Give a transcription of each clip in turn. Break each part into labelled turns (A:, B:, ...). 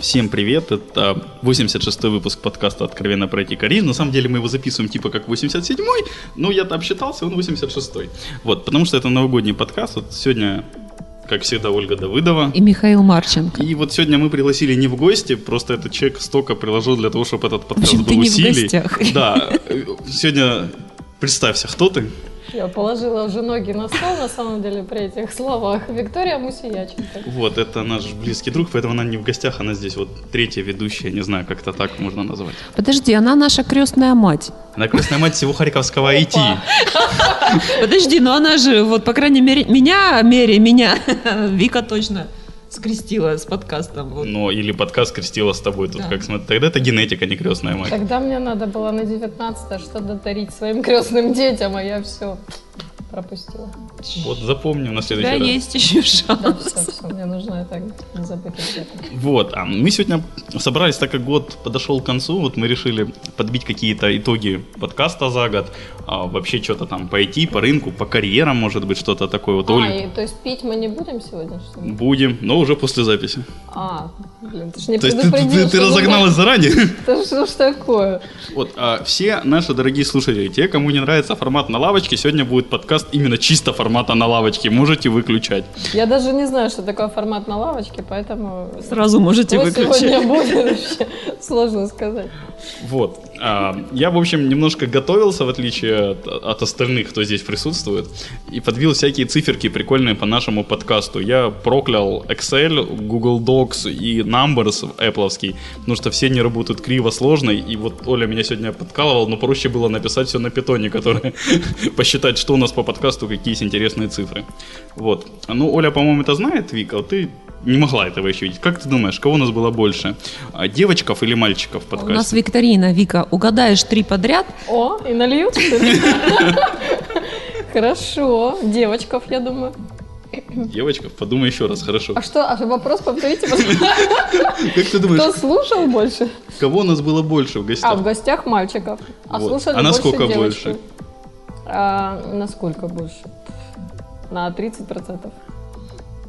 A: Всем привет, это 86-й выпуск подкаста «Откровенно про IT-карьеризм». На самом деле мы его записываем типа как 87-й, но я-то обсчитался, он 86-й. Вот, потому что это новогодний подкаст, вот сегодня как всегда, Ольга Давыдова.
B: И Михаил Марченко.
A: И вот сегодня мы пригласили не в гости, просто этот человек столько приложил для того, чтобы этот подкаст
B: общем,
A: был
B: ты не в
A: усилий.
B: гостях.
A: Да. э, Сегодня представься, кто ты?
C: Я положила уже ноги на стол, на самом деле, при этих словах. Виктория Мусияченко.
A: Вот, это наш близкий друг, поэтому она не в гостях, она здесь вот третья ведущая, не знаю, как-то так можно назвать.
B: Подожди, она наша крестная мать.
A: Она крестная мать всего Харьковского IT.
B: Подожди, но она же, вот, по крайней мере, меня, мере, меня, Вика точно скрестила с подкастом. Вот.
A: Ну, или подкаст крестила с тобой, тут
B: Да.
A: как смотри. Тогда это генетика, а не крестная мать.
C: Тогда мне надо было на 19 что-то дарить своим крестным детям, а я все пропустила.
A: Вот запомним на
B: У тебя
A: следующий раз.
B: есть еще
C: Да,
B: шанс.
C: все, все, мне нужно это не забыть. обязательно.
A: Вот, а мы сегодня собрались, так как год подошел к концу, вот мы решили подбить какие-то итоги подкаста за год, а вообще что-то там пойти по рынку, по карьерам, может быть, что-то такое. Вот,
C: А,
A: Оль,
C: и, то есть пить мы не будем сегодня, что ли?
A: будем, но уже после записи.
C: А, блин, ты ж не
A: То есть ты, ты-
C: предупредил.
A: ты
C: что
A: разогналась заранее?
C: мы- Да что ж такое?
A: Вот, а все наши дорогие слушатели, те, кому не нравится формат на лавочке, сегодня будет подкаст именно чисто формата на лавочке, можете выключать.
C: Я даже не знаю, что такое формат на лавочке, поэтому...
B: Сразу можете
C: Что
B: выключить.
C: сегодня будет вообще? Сложно сказать.
A: Вот. А, я, в общем, немножко готовился, в отличие от, от остальных, кто здесь присутствует, и подбил всякие циферки прикольные по нашему подкасту. Я проклял Excel, Google Docs и Numbers Apple, потому что все не работают криво, сложно, и вот Оля меня сегодня подкалывала, но проще было написать все на питоне, который посчитать, что у нас по подкасту, какие есть интересные цифры. Вот. Ну, Оля, по-моему, это знает, Вика, вот ты не могла этого еще видеть. Как ты думаешь, кого у нас было больше? А, Девочков или мальчиков в
B: У
A: подкасте?
B: нас викторина, Вика, угадаешь три подряд,
C: О, и нальют? что ли? Хорошо. Девочков, я думаю.
A: Девочка, подумай еще раз, хорошо.
C: А что, а вопрос повторите, пожалуйста.
A: Как ты
C: кто
A: думаешь,
C: слушал больше?
A: кого у нас было больше в
C: А, в
A: гостях?
C: гостях мальчиков. А
A: Вот.
C: слушали
A: А насколько
C: больше девочки?
A: больше?
C: А, насколько больше? На 30%.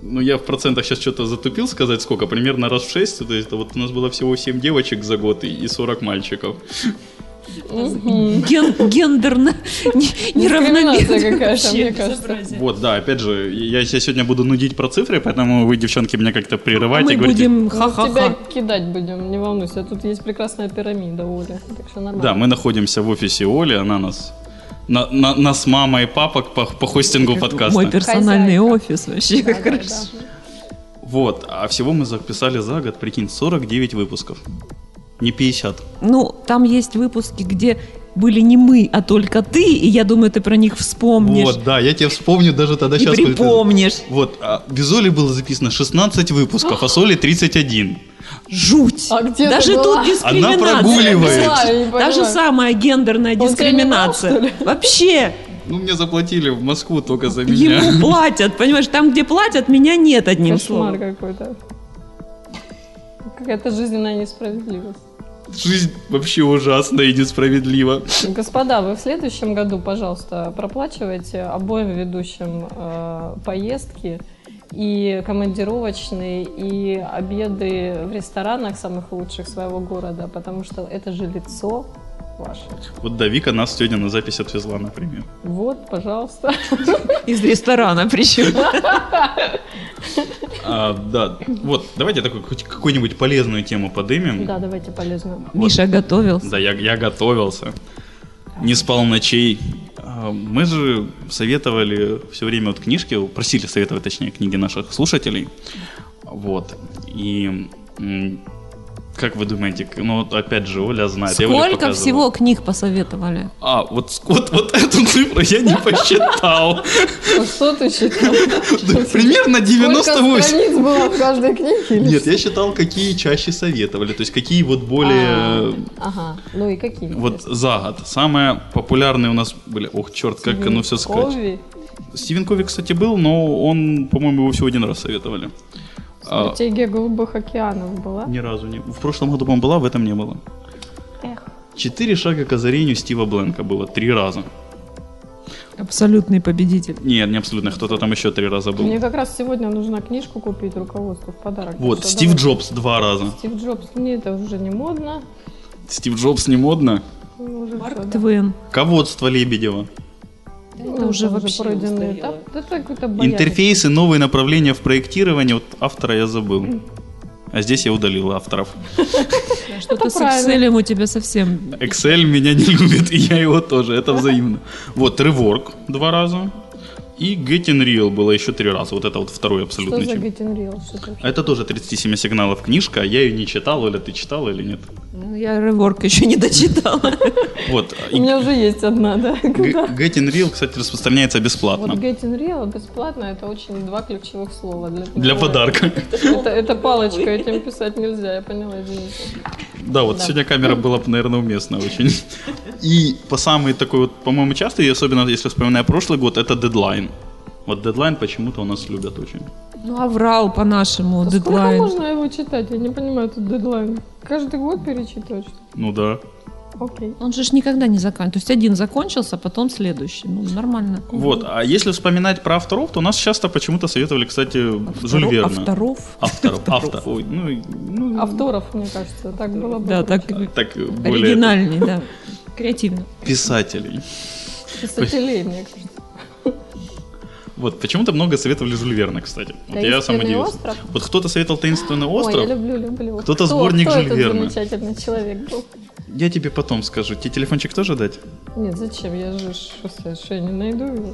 A: Ну, я в процентах сейчас что-то затупил сказать, сколько, примерно раз в 6, то есть это вот у нас было всего 7 девочек за год и- и 40 мальчиков.
B: ген, гендерно не-
C: Дискриминация
B: неравномерно.
C: какая-то,
B: вообще,
C: мне кажется.
B: безобразие.
A: Вот, да, опять же, я себя сегодня буду нудить про цифры, поэтому вы, девчонки, меня как-то прерывайте.
B: Мы
A: говорите-
B: будем
C: Мы тебя
B: ха-ха-ха.
C: кидать будем, не волнуйся. Тут есть прекрасная пирамида, Оля. Так что нормально.
A: Да, мы находимся в офисе Оли, она нас... На, на- нас мама и папа по, по хостингу подкаста.
B: Мой персональный
C: Хозяйка.
B: офис вообще,
C: Да,
B: как
C: да,
B: хорошо.
C: да.
A: Вот, а всего мы записали за год, прикинь, 49 выпусков. Не 50.
B: Ну, там есть выпуски, где были не мы, а только ты, и я думаю, ты про них вспомнишь
A: Вот, да, я тебе вспомню даже тогда
B: и
A: сейчас.
B: припомнишь.
A: Вот, а без Оли было записано 16 выпусков, а с Олей 31.
B: Жуть!
C: А где ты
B: Даже
C: была?
B: тут дискриминация.
A: Она прогуливает.
C: Да, я не
B: Та же
C: понимаю.
B: самая гендерная
C: Он тебя не брал, что
B: дискриминация.
C: ли?
B: Вообще,
A: Ну, мне заплатили в Москву только за меня.
B: ему платят, понимаешь, там, где платят, меня нет одним
C: Кошмар
B: словом.
C: какой-то. Какая-то жизненная несправедливость.
A: Жизнь вообще ужасна и несправедлива.
C: Господа, вы в следующем году, пожалуйста, проплачивайте обоим ведущим э, поездки и командировочные, и обеды в ресторанах самых лучших своего города, потому что это же лицо ваше.
A: Вот да, Вика нас сегодня на запись отвезла, например.
C: Вот, пожалуйста.
B: Из ресторана причем.
A: А, да, вот, давайте такую хоть какую-нибудь полезную тему подымем.
C: Да, давайте полезно.
B: Миша готовился.
A: Да, я, я готовился. Не спал ночей. А, Мы же советовали все время вот книжки, просили советовать, точнее, книги наших слушателей. Вот. И м, как вы думаете, к- ну вот опять же, Оля знает. я Оле
B: Сколько
A: показывал.
B: всего книг посоветовали?
A: А, вот, с- вот, вот эту цифру я не посчитал.
C: Что ты считал?
A: Примерно
C: Сколько
A: 98.
C: страниц было в каждой книге? или
A: Нет, я считал, какие чаще советовали, то есть какие вот
B: А.
A: более
C: Ага, ну и какие?
A: вот за год. Самые популярные у нас были. Ох, черт, как оно все скачет.
C: Кови,
A: Стивен Кови, кстати, был, но он, по-моему, его всего один раз советовали. А,
C: Стратегия голубых океанов была.
A: ни разу не. В прошлом году, по-моему, была, в этом не было.
C: Эх.
A: Четыре шага к озарению Стива Бленка было три раза.
B: Абсолютный победитель.
A: Нет, не абсолютно, кто-то там еще три раза был.
C: Мне как раз сегодня нужно книжку купить, руководство в подарок.
A: Вот,
C: Так что
A: Стив
C: давай.
A: Джобс два раза.
C: Стив Джобс, мне это уже не модно.
A: Стив Джобс не модно.
C: Ну, уже всё, да.
B: Твен.
A: Ководство Лебедева.
C: Ну,
B: Это уже вообще
C: пройденный
B: устарело.
C: этап. Да это какой-то баян.
A: Интерфейсы, новые направления в проектировании. Вот автора я забыл. А здесь я удалил авторов.
B: Что-то с
C: правильно.
B: Excel у тебя совсем.
A: Excel меня не любит, и я его тоже. Это взаимно. Вот, Rework два раза. И Getting Real было еще три раза. Вот это вот второй
C: Что
A: абсолютный
C: за
A: чемпион.
C: Get in Real? Что это вообще?
A: Это тоже 37 сигналов книжка. а Я ее не читал, или ты читала, или нет.
B: Ну, Я реворк еще не дочитала.
A: Вот.
C: У
A: И
C: меня уже есть одна, да.
A: Г- Getting Real, кстати, распространяется
C: Вот
A: бесплатно.
C: Get in Real бесплатно, это очень два ключевых слова. Для,
A: Для
C: понимания.
A: подарка.
C: Это, это палочка, этим писать нельзя, я поняла, извините.
A: Да, вот сегодня камера была бы, наверное, уместна очень. И по самый такой вот, по-моему, частый, и особенно если вспоминаю прошлый год, это дедлайн. Вот дедлайн почему-то у нас любят очень.
B: Ну, аврал по-нашему,
C: Да а Сколько
B: дедлайн.
C: можно его читать? Я не понимаю, тут дедлайн. Каждый год перечитывать? что ли?
A: Ну да.
C: Окей.
B: Он же ж никогда не заканчивается. То есть один закончился, а потом следующий. Ну, нормально.
A: Вот, а если вспоминать про авторов, то у нас часто почему-то советовали, кстати, Жюль
B: Авторов-
C: а
A: Верна.
B: Авторов.
A: Авторов. Автор. Ой, ну, и- ну,
C: Авторов, мне кажется, так было бы.
B: Да, так
A: так э, более
B: оригинальный, да. Креативно.
A: писателей.
C: Писателей, мне кажется.
A: Вот, почему-то много советовали Жюль Верна, кстати. Вот я сам
C: Таинственный
A: удивился.
C: остров?
A: Вот кто-то советовал «Таинственный
C: Ой, я
A: остров».
C: люблю, люблю.
A: Кто-то
C: Кто-
A: сборник
C: кто
A: Жюль
C: этот
A: Верна.
C: замечательный человек был?
A: Я тебе потом скажу. Тебе телефончик тоже дать?
C: Нет, зачем? Я же что, я- что я не найду его?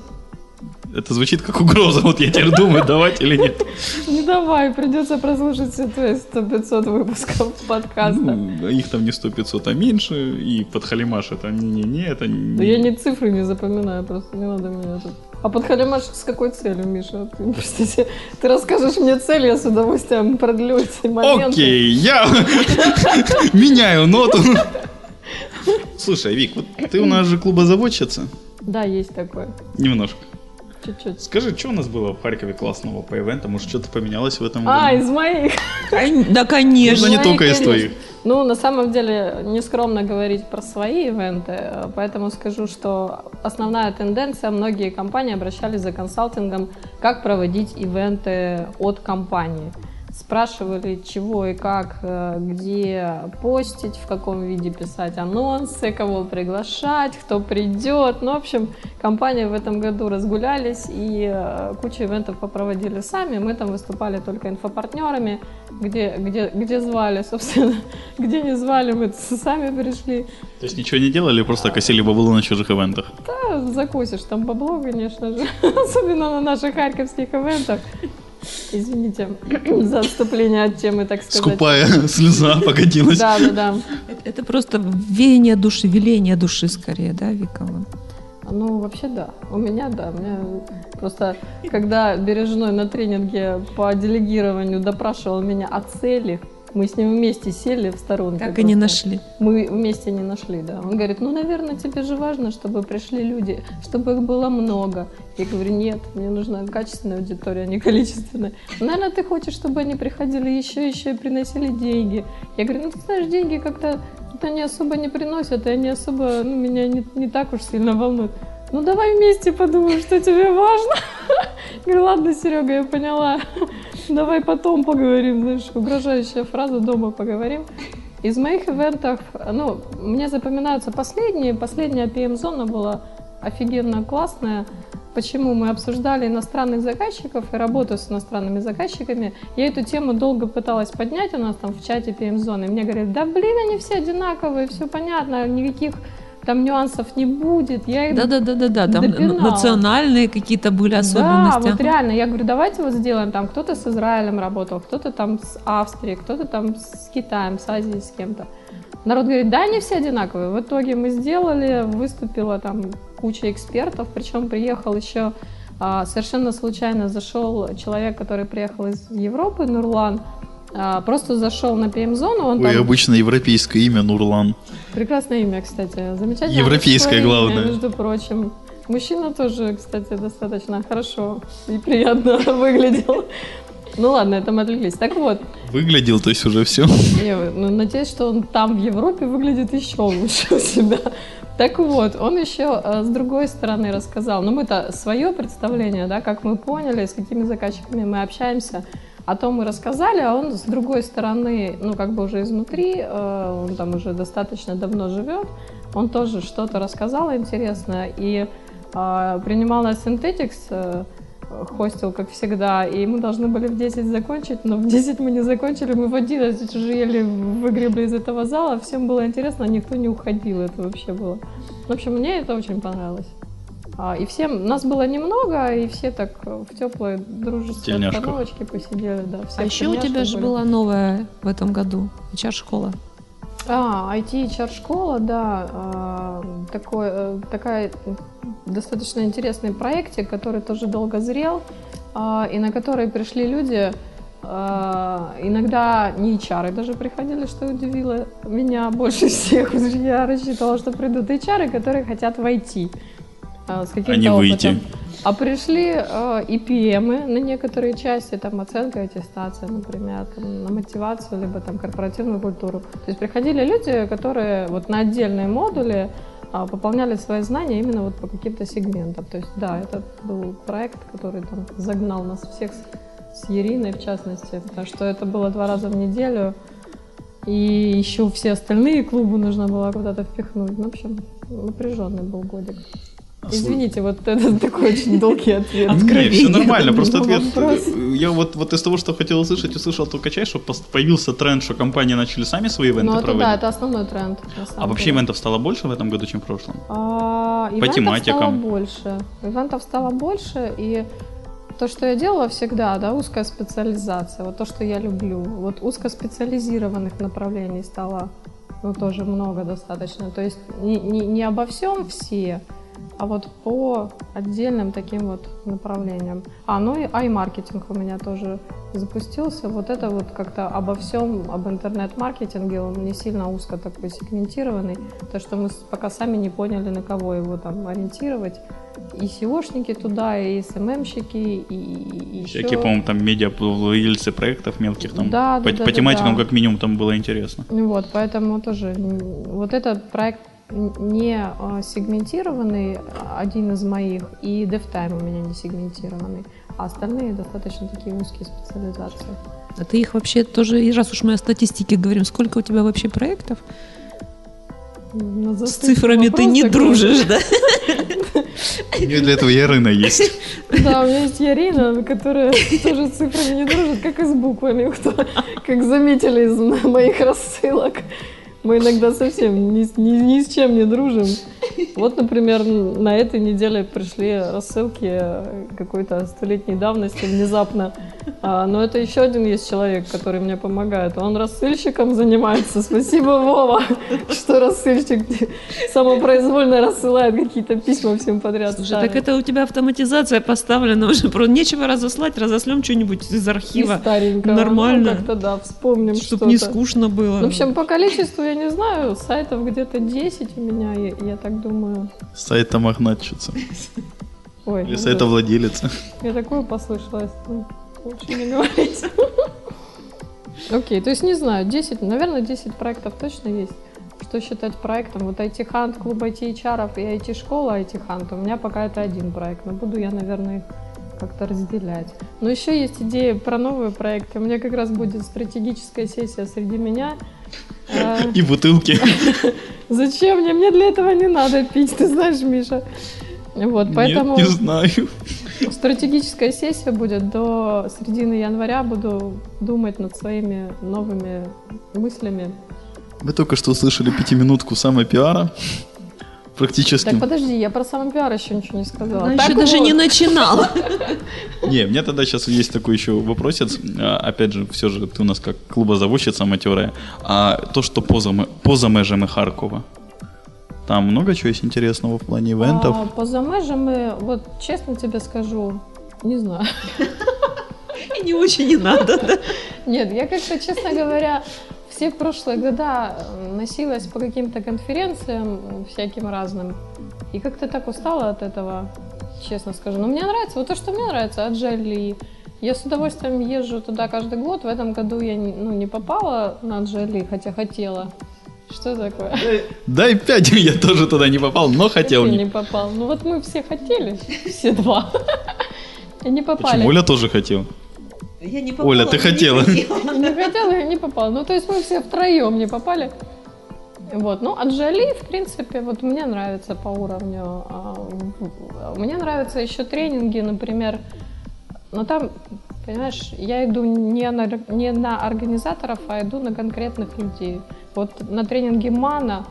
A: Это звучит как угроза. Вот я теперь думаю, давать или нет.
C: Не давай, придется прослушать все твои 100-500 выпусков подкаста.
A: Ну, их там не 100 500, а меньше. И под халимаш это не-не-не, это не...
C: Да Ну, я ни цифры не запоминаю, просто не надо меня тут. А под халимаш с какой целью, Миша? Ты, простите, ты расскажешь мне цель, я с удовольствием продлю эти моменты.
A: Окей, я меняю ноту. Слушай, Вик, вот ты у нас же клубозаводчица.
C: Да, есть такое.
A: Немножко.
C: Чуть-чуть.
A: Скажи, что у нас было в Харькове классного по ивентам? Может, что-то поменялось в этом
C: А,
A: году?
C: из моих.
B: Кон- Да,
A: Можно
B: конечно.
A: не
C: Мои,
A: только из
C: конечно.
A: твоих.
C: Ну, на самом деле, нескромно говорить про свои ивенты, э, поэтому скажу, что основная тенденция, многие компании обращались за консалтингом, как проводить ивенты от компании. Спрашивали, чего и как, э, где постить, в каком виде писать анонсы, кого приглашать, кто придет. Ну, в общем, компании в этом году разгулялись и э, кучу ивентов попроводили сами. Мы там выступали только инфопартнерами, где, где, где звали, собственно, где не звали, мы сами пришли.
A: То есть ничего не делали, просто косили бабло на чужих ивентах.
C: Да, закусишь там бабло, конечно же, особенно на наших харьковских ивентах. Извините за отступление от темы, так сказать.
A: Скупая слеза погодилась.
C: Да, да, да.
B: Ну, Это просто веяние души, веление души скорее, да, Вика? Вот.
C: Ну, вообще, да. У меня, да. У меня просто, когда Бережной на тренинге по делегированию допрашивал меня о цели, мы с ним вместе сели в сторонке.
B: Так и не
C: просто.
B: нашли.
C: Мы вместе не нашли, да. Он говорит, ну, наверное, тебе же важно, чтобы пришли люди, чтобы их было много. Я говорю, нет, мне нужна качественная аудитория, а не количественная. Наверное, ты хочешь, чтобы они приходили еще, еще и приносили деньги. Я говорю, ну, ты знаешь, деньги как-то вот они особо не приносят, и они особо, ну, меня не, не так уж сильно волнуют. Ну, давай вместе подумаем, что тебе важно. Я говорю, ладно, Серега, я поняла. Давай потом поговорим, знаешь, угрожающая фраза, дома поговорим. Из моих ивентов, ну, мне запоминаются последние. Последняя PM-зона была офигенно классная. Почему мы обсуждали иностранных заказчиков и работу с иностранными заказчиками? Я эту тему долго пыталась поднять у нас там в чате PM-зоны. Мне говорят, да блин, они все одинаковые, все понятно, никаких там нюансов не будет. Я их
B: Да-да-да-да-да, там
C: Допинала.
B: национальные какие-то были особенности.
C: да, вот
B: Ага.
C: реально. Я говорю, давайте вот сделаем там. Кто-то с Израилем работал, кто-то там с Австрией, кто-то там с Китаем, с Азией, с кем-то. Народ говорит, да, они все одинаковые. В итоге мы сделали, выступила там куча экспертов, причем приехал еще а, совершенно случайно зашел человек, который приехал из Европы, Нурлан, а, просто зашел на ПМ-зону, он
A: Ой,
C: ну, там
A: обычно европейское имя Нурлан.
C: Прекрасное имя, кстати. Замечательное.
A: Европейское,
C: мужское имя,
A: главное.
C: между прочим. Мужчина тоже, кстати, достаточно хорошо и приятно выглядел. Ну ладно, это мы отвлеклись. Так вот,
A: Выглядел, то есть уже все.
C: я ну, надеюсь, что он там в Европе выглядит еще лучше себя. Так вот, он еще э, с другой стороны рассказал. Ну мы-то свое представление, да, как мы поняли, с какими заказчиками мы общаемся, о том мы рассказали, а он с другой стороны, ну как бы уже изнутри, э, он там уже достаточно давно живет, он тоже что-то рассказал интересное и э, принимал на Synthetics э, хостел, как всегда, и мы должны были в 10 закончить, но в 10 мы не закончили, мы в 11 уже еле выгребли из этого зала, всем было интересно, а никто не уходил, это вообще было. В общем, мне это очень понравилось. А, и всем, нас было немного, и все так э, в теплой дружественной
A: Тельняшках.
C: обстановочке посидели, да. все
B: А
C: в
B: еще у тебя
C: тельняшках
B: же
C: были.
B: была новая в этом году HR-школа.
C: А, IT-HR-школа, да, а, такой, э, такая м, достаточно интересный проектик, который тоже долго зрел, а, и на который пришли люди, а, иногда не HR даже приходили, что удивило меня больше всех, потому что я рассчитывала, что придут HR, которые хотят войти. а, С каким-то
A: не выйти.
C: опытом. А пришли э, и PM на некоторые части, там оценка, аттестация, например, там, на мотивацию, либо там корпоративную культуру. То есть приходили люди, которые вот на отдельные модули а, пополняли свои знания именно вот по каким-то сегментам. То есть да, это был проект, который там загнал нас всех с, с Ириной в частности, потому что это было два раза в неделю, и еще все остальные клубы нужно было куда-то впихнуть. Ну, в общем, напряженный был годик.
A: А
C: Извините, вот это такой очень долгий ответ.
A: Не, все нормально,
C: на
A: просто
C: его
A: ответ. э,
C: вопрос.
A: Я вот, вот из того, что хотел услышать, услышал только часть, что пос- появился тренд, что компании начали сами свои ивенты
C: Ну, это
A: проводить.
C: да, это основной тренд. на
A: А
C: самом
A: вообще
C: деле.
A: ивентов стало больше в этом году, чем в прошлом?
C: А, ивентов
A: тематикам.
C: стало больше. Ивентов стало больше, и то, что я делала всегда, да, узкая специализация, вот то, что я люблю. Вот узкоспециализированных направлений стало, ну, тоже много достаточно. То есть не, не- не обо всем все, а вот по отдельным таким вот направлениям. А, ну и ай-маркетинг у меня тоже запустился. Вот это вот как-то обо всем, об интернет-маркетинге, он не сильно узко такой сегментированный. То, что мы с- пока сами не поняли, на кого его там ориентировать. И SEOшники туда, и СММщики, и, и- и еще...
A: Всякие, по-моему, там медиа владельцы проектов мелких там.
C: Да, да,
A: по,
C: да,
A: по
C: да,
A: тематикам,
C: да.
A: как минимум, там было интересно.
C: Ну Вот, поэтому тоже м, вот этот проект н- не а, сегментированный, а, один из моих, и DevTime у меня не сегментированный, а остальные достаточно такие узкие специализации.
B: А ты их вообще тоже, и раз уж мы о статистике говорим, сколько у тебя вообще проектов?
C: Ну,
B: С
C: застыл
B: цифрами ты
C: вопрос
B: не
C: такой.
B: дружишь, да?
A: У меня для этого Ярына есть.
C: Да, у меня есть Ярина, которая тоже с цифрами не дружит, как и с буквами, кто, как заметили из м- моих рассылок. Мы иногда совсем ни, с- ни- ни с чем не дружим. Вот, например, н- на этой неделе пришли рассылки э, какой-то столетней давности внезапно. А, но это еще один есть человек, который мне помогает. Он рассыльщиком занимается. Спасибо, Вова, что рассыльщик самопроизвольно рассылает какие-то письма всем подряд.
B: Слушай, так
C: Старые.
B: это у тебя автоматизация поставлена уже. Просто нечего разослать, разослем что-нибудь из
C: И
B: архива,
C: старенького.
B: Нормально.
C: Ну, Как-то да, вспомним что-то.
B: чтобы не скучно было.
C: Ну, в общем, по количеству я не знаю, сайтов где-то 10 у меня, я, я так думаю.
A: Сайта магнатчица.
C: Ой, ну,
A: Или
C: ужас.
A: сайта владелица.
C: я такое послышалась. ну, Лучше не говорить. Окей, то есть не знаю, 10, наверное, 10 проектов точно есть. Что считать проектом? Вот IT Hunt, клуб IT HR и IT школа IT Hunt. У меня пока это один проект, но буду я, наверное, их как-то разделять. Но еще есть идея про новые проекты. У меня как раз будет стратегическая сессия среди меня. Э,
A: И бутылки.
C: Зачем мне? Мне для этого не надо пить, ты знаешь, Миша. Вот, поэтому
A: Нет, не знаю.
C: стратегическая сессия будет до середины января. Буду думать над своими новыми мыслями.
A: Вы только что услышали пятиминутку самопиара. Практически.
C: Так, подожди, я про самопиар еще ничего не сказала.
B: Она
C: Так
B: еще даже
C: вот.
B: не начинала.
A: Не, у меня тогда сейчас есть такой еще вопросец. А, Опять же, все же ты у нас как клубозаводчица матерая. А то, что поза, ме- поза межами Харкова, там много чего есть интересного в плане ивентов.
C: А, по замежами, вот честно тебе скажу, не знаю.
B: И не очень не надо, да?
C: Нет, я как-то, честно говоря, все прошлые года э, носилась по каким-то конференциям э, всяким разным. И как-то так устала от этого, честно скажу. Но мне нравится, вот то, что мне нравится, Аджали. Я с удовольствием езжу туда каждый год. В этом году я не- ну, не попала на Аджали, хотя хотела. Что такое?
A: Да и пять я тоже туда не попал, но хотел.
C: Ты не попал. Ну вот мы все хотели, все два. И не попали.
A: Почему? Оля тоже хотел.
D: Я не попала,
A: Оля, ты
D: не
A: хотела.
C: Не хотела, я не попала. Ну, то есть мы все втроем не попали. Вот, ну, Анжели, в принципе, вот мне нравится по уровню. А, м, Мне нравятся еще тренинги, например. Но Ну, там, понимаешь, я иду не на, р- не на организаторов, а иду на конкретных людей. Вот на тренинге Мана,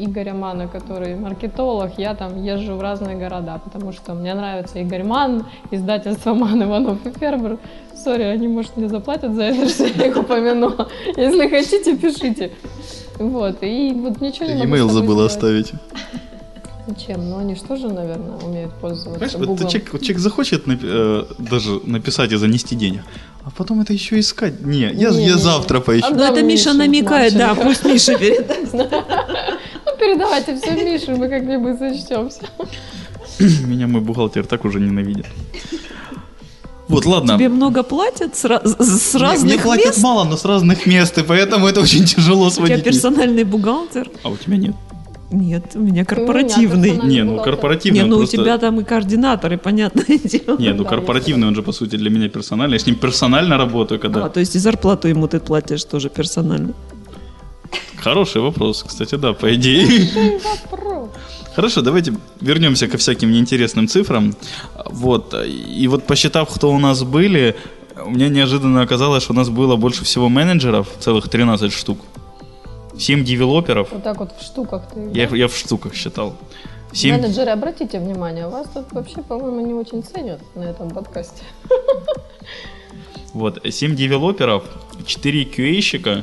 C: Игоря Мана, который маркетолог, я там езжу в разные города, потому что мне нравится Игорь Ман, издательство Ман, Иванов и Фербер. Сори, они, может, мне заплатят за это, что я их упомянула. Если хотите, пишите. Вот, и вот ничего не могу
A: Имейл
C: с собой
A: забыла
C: сделать.
A: оставить.
C: Зачем? Ну, они же тоже, наверное, умеют
A: Понимаешь,
C: пользоваться
A: вот
C: Гуглом.
A: человек, человек захочет напи- э, даже написать и занести денег, а потом это еще искать. Не, я,
C: Не,
A: я
C: не,
A: завтра
C: не.
A: поищу.
C: А
B: Ну, это
C: Там
B: Миша
C: Миша
B: намекает, да,
C: Марченко.
B: пусть Миша передаст.
C: Ну, передавайте все Мише, мы как-нибудь сочтемся.
A: Меня мой бухгалтер так уже ненавидит. Вот, ладно.
B: Тебе много платят с, раз- с
A: Мне
B: разных
A: платят
B: мест?
A: мало, но с разных мест, и поэтому это очень тяжело
B: У тебя
A: сводить.
B: персональный бухгалтер?
A: А у тебя нет.
B: Нет, у меня корпоративный.
C: персональный.
A: Не, ну
C: бухгалтер.
A: корпоративный.
B: Не,
A: он
B: ну у
A: просто-
B: тебя там и координаторы, понятное дело.
A: Не, ну
C: Да,
A: корпоративный, он же, по сути, для меня персональный. Я с ним персонально работаю,
B: А,
A: когда...
B: то есть и зарплату ему ты платишь тоже персонально.
A: Хороший вопрос, кстати, да, по идее.
C: Попробуй.
A: Хорошо, давайте вернемся ко всяким неинтересным цифрам. Вот, и вот посчитав, кто у нас были, у меня неожиданно оказалось, что у нас было больше всего менеджеров, целых 13 штук. 7 девелоперов.
C: Вот так вот в штуках ты.
A: Я, я в штуках считал. 7
C: Менеджеры, обратите внимание, вас тут вообще, по-моему, не очень ценят на этом подкасте.
A: Вот, 7 девелоперов, 4 QA-щика,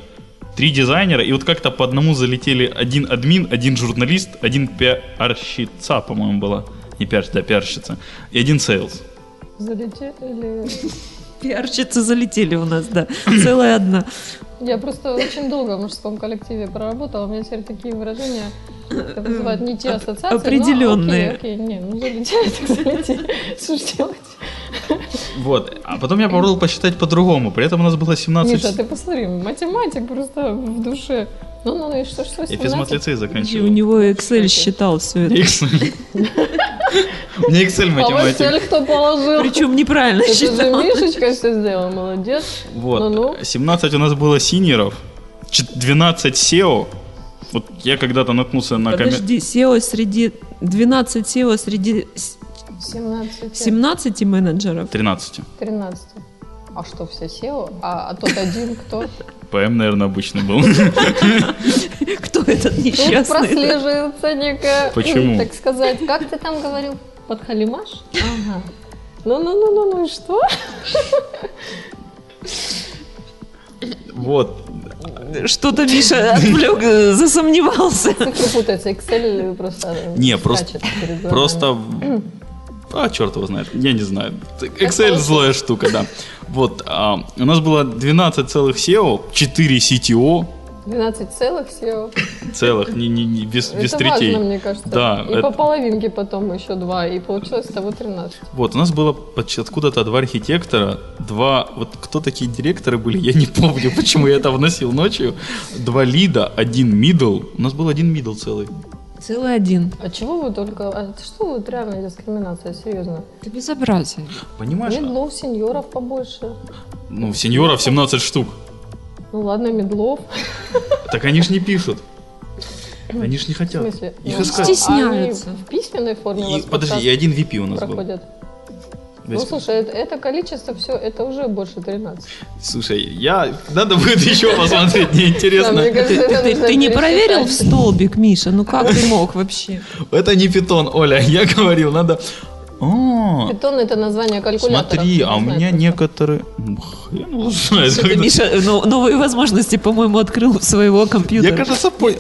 A: 3 дизайнера, и вот как-то по одному залетели один админ, один журналист, один пиарщица, по-моему, была. Не пиар, да, пиарщица. И один сейлс.
C: Залетели.
B: Пиарщицы залетели у нас, да. Целая одна.
C: Я просто очень долго в мужском коллективе проработала, у меня теперь такие выражения это вызывают не те
B: Оп-
C: ассоциации. но
B: определенные.
C: окей, окей, не, ну залетели, так залетели. Что ж делать?
A: Вот, а потом я попробовал посчитать по-другому, при этом у нас было 17...
C: Миша, ты посмотри, математик просто в душе. Ну, ну, ну и что, что
A: Я физматлицей
B: И у
A: заканчивал.
B: него Excel считал все это.
A: Excel. У меня Excel
C: А вот
A: математик.
C: цель кто положил?
B: Причем неправильно
C: Это же
B: считал.
C: Мишечка все сделал, молодец. Ну, Ну-ну.
A: Вот, 17 у нас было синеров, 12 SEO. Вот я когда-то наткнулся на комментарий.
B: Подожди, SEO среди... 12 SEO среди с-
C: 17,
B: 17 менеджеров.
A: 13.
C: 13. А что, все SEO? А, а тот один кто?
A: ПМ, наверное, обычный был.
B: Кто этот
C: Тут
B: несчастный?
C: прослеживается некая...
A: Почему?
C: Так сказать, как ты там говорил? Подхалимаш? Ага. Ну-ну-ну-ну-ну, и что?
A: Вот.
B: Что-то Миша отвлек, э, засомневался.
C: Цифры путаются, Excel просто...
A: Не,
C: скачет
A: просто-
C: перед глазами.
A: Просто... А, черт его знает. Я не знаю. Excel злая штука, да. Вот. а, у нас было 12 целых SEO, 4 CTO
C: 12 целых SEO.
A: целых, не, не, не- без, без
C: Это
A: третей.
C: важно, мне кажется.
A: Да,
C: И
A: это-
C: по половинке потом еще два, и получилось того 13.
A: Вот, у нас было поч- откуда-то два архитектора, два... Вот кто такие директоры были, я не помню, почему я это вносил ночью. Два лида, один мидл. У нас был один мидл целый.
B: Целый один.
C: А чего вы только... а это что вот реальная дискриминация, серьезно?
B: Это безобразие.
A: Понимаешь?
C: Медлов, сеньоров побольше.
A: Ну, сеньоров 17 штук.
C: Ну ладно, медлов.
A: Так они ж не пишут. Они ж не
C: В
A: хотят.
C: смысле?
A: Их
C: Ну,
A: искать.
B: Стесняются.
C: они в письменной форме у
A: И-
C: вас
A: подожди, и
C: подкаст
A: один VP у нас был.
C: проходят. Ну
A: Весь-
C: слушай, это, это количество все, это уже больше 13.
A: Слушай, я... Надо будет еще посмотреть, мне
C: Да, мне
A: интересно.
C: кажется,
B: Ты,
C: это
B: ты-
C: нужно
B: ты не проверил в
C: пересчитать.
B: столбик, Миша? Ну как ты мог вообще?
A: Это не питон, Оля, я говорил, надо... А, О,
C: Питон это название калькулятора.
A: смотри, а у меня некоторые... М, Хрен его знает.
B: Что-то
A: когда-
B: Миша ну, новые возможности, по-моему, открыл у своего
A: Я,
B: компьютера.
A: кажется, понял.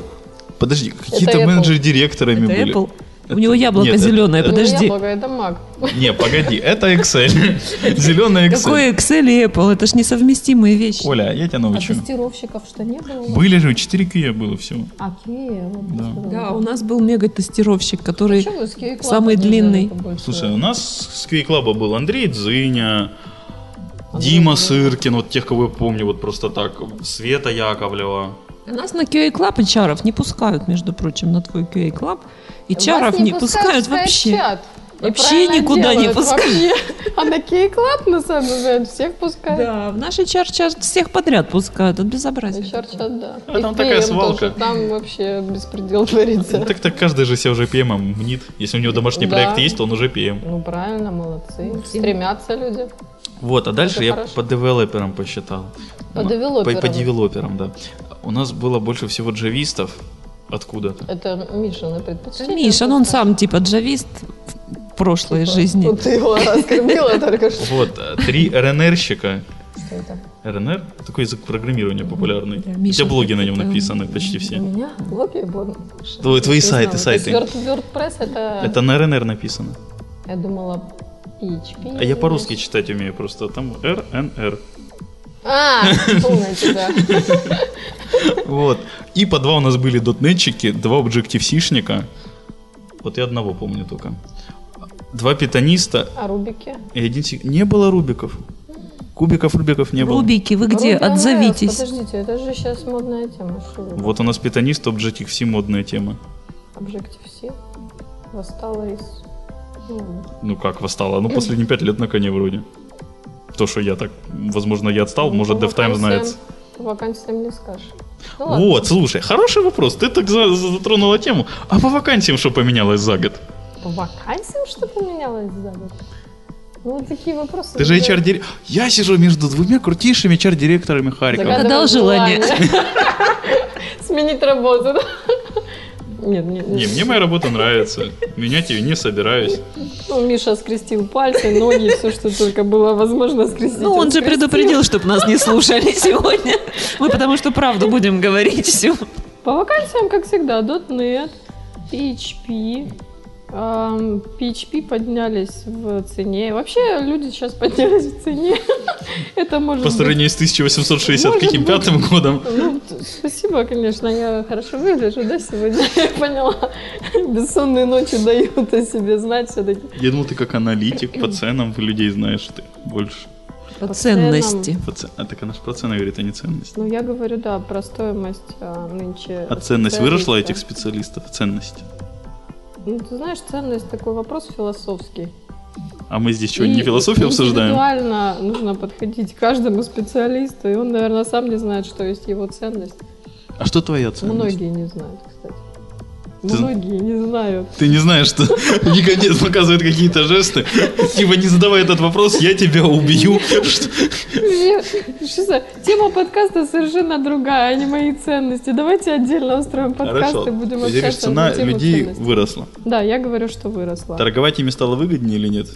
A: Подожди, какие-то
C: Apple.
A: менеджеры директорами
B: Это
A: были.
B: Apple. У него яблоко
A: Нет, это-
B: зеленое, подожди.
C: Яблоко Ну, это маг.
A: Не, погоди, это Excel. Зеленый Excel.
B: Какой Excel и Apple? Это ж несовместимые вещи.
A: Оля, я тебя
C: А
A: научу.
C: тестировщиков что не было?
A: Были же 4 кия было всего.
C: А, Кея, вот
A: Да.
C: просто
B: Да,
C: вот.
B: у нас был мега-тестировщик, который...
C: Чё вы с Кей Клабом
B: самый
C: не
B: длинный.
C: делаете больше?
A: Слушай, у нас с Кей Клаба был Андрей Дзыня, Дима Сыркин, вот тех, кого я помню, вот просто так, Света Яковлева.
B: Нас на QA Club и чаров не пускают, между прочим, на твой QA Club. И
C: Вас
B: чаров не пускают
C: в
B: вообще.
C: Skype-чат. И
B: Вообще
C: правильно
B: никуда не
C: делают,
B: пускают.
C: вообще. А на Кей-клаб, на самом деле, всех пускают.
B: Да, в наши чар-чат всех подряд пускают. Это безобразие.
C: Чат, да.
A: А
C: И
A: там
C: в
A: такая
C: PM
A: свалка.
C: тоже, Там вообще беспредел творится.
A: Ну, Так так каждый же себя уже PM -ом мнит. Если у него домашний
C: Да.
A: проект есть, то он уже PM.
C: Ну правильно, молодцы. Ну, Стремятся люди.
A: Вот, а дальше
C: Это
A: я
C: хорошо.
A: по девелоперам посчитал.
C: По
A: М-
C: девелоперам.
A: По, по девелоперам, да. У нас было больше всего джавистов откуда-то.
C: Это Мишина
B: Это
C: предпочтение.
B: Миша, ну он
C: просто.
B: сам типа джавист в прошлой жизни.
C: Ну, ты его оскорбила только что.
A: Вот, э, три РНРщика.
C: Что это?
A: РНР? Такой язык программирования популярный.
B: Да,
A: У
B: Миша,
A: тебя блоги на нем
B: это-
A: написаны почти
C: У
A: все.
C: меня? Блоки блоки.
A: Твои, твои
C: Не
A: сайты,
C: знала.
A: сайты.
C: То есть Word- WordPress это...
A: Это на РНР написано.
C: Я думала PHP.
A: А я по-русски читать умею просто. Там РНР.
C: А, полная тебя.
A: Вот. И по два у нас были дотнетчики, два объектив-сишника. Вот я одного помню только. Два питаниста
C: А рубики?
A: и один... си- Не было рубиков. Кубиков, рубиков не было.
B: Рубики, вы где?
C: Руби ЛС,
B: Отзовитесь.
C: а, Подождите, это же сейчас модная тема. что вы.
A: Вот у нас питанист, объектив-си модная тема.
C: Objective-C восстала из... ну,
A: Ну как восстала? Ну последние пять лет на коне вроде. То, что я так, возможно, я отстал,
C: ну,
A: А, может,
C: по
A: DevTime знает.
C: вакансиям- По вакансиям не скажешь. Ну, ладно.
A: Вот, слушай, хороший вопрос. Ты так за- за- затронула тему. А по вакансиям что поменялось за год?
C: По вакансиям что поменялось за год? Ну, вот такие вопросы.
A: Ты же
C: задают.
A: HR-директор. Я сижу между двумя крутейшими HR-директорами Харькова.
C: Загадываю
B: Загадываю желание.
C: Сменить работу. Нет, нет,
A: Не, мне моя работа нравится. Менять ее не собираюсь.
C: Ну, Миша скрестил пальцы, ноги, все, что только было возможно скрестить.
B: Ну, он же
C: скрестил.
B: предупредил, чтобы нас не слушали сегодня. Мы потому что правду будем говорить всю.
C: По вакансиям, как всегда, .NET, PHP. Эм, PHP поднялись в цене. Вообще, люди сейчас поднялись в цене. Это может
A: По
C: быть-
A: сравнению с 1860
C: Может
A: каким
C: быть.
A: пятым годом.
C: Ну, т- спасибо, конечно, я хорошо выгляжу, да, сегодня? Я поняла. Бессонные ночи дают о себе знать все-таки.
A: Я думал, ты как аналитик по ценам людей знаешь ты больше.
C: По
B: Ценности.
A: По ц- А так она же про цены говорит, а не ценность.
C: Ну, я говорю, да, про стоимость а, нынче.
A: А ценность выросла
C: специалиста.
A: этих специалистов? Ценность.
C: Ну, ты знаешь, ценность такой вопрос философский.
A: А мы здесь что, не
C: И
A: философию обсуждаем?
C: Индивидуально нужно подходить к каждому специалисту, и он, наверное, сам не знает, что есть его ценность.
A: А что твоя ценность?
C: Многие не знают, кстати.
A: Ты-
C: Многие не знают.
A: Ты не знаешь, что Никодец показывает какие-то жесты. Типа, не задавай этот вопрос, я тебя убью. Что-
C: Мне- что за- Тема подкаста совершенно другая, а не мои ценности. Давайте отдельно устроим подкаст
A: Хорошо.
C: и будем
A: Ты говоришь,
C: общаться
A: цена
C: на тему
A: людей
C: ценностей.
A: выросла.
C: Да, я говорю, что выросла.
A: Торговать ими стало выгоднее или нет?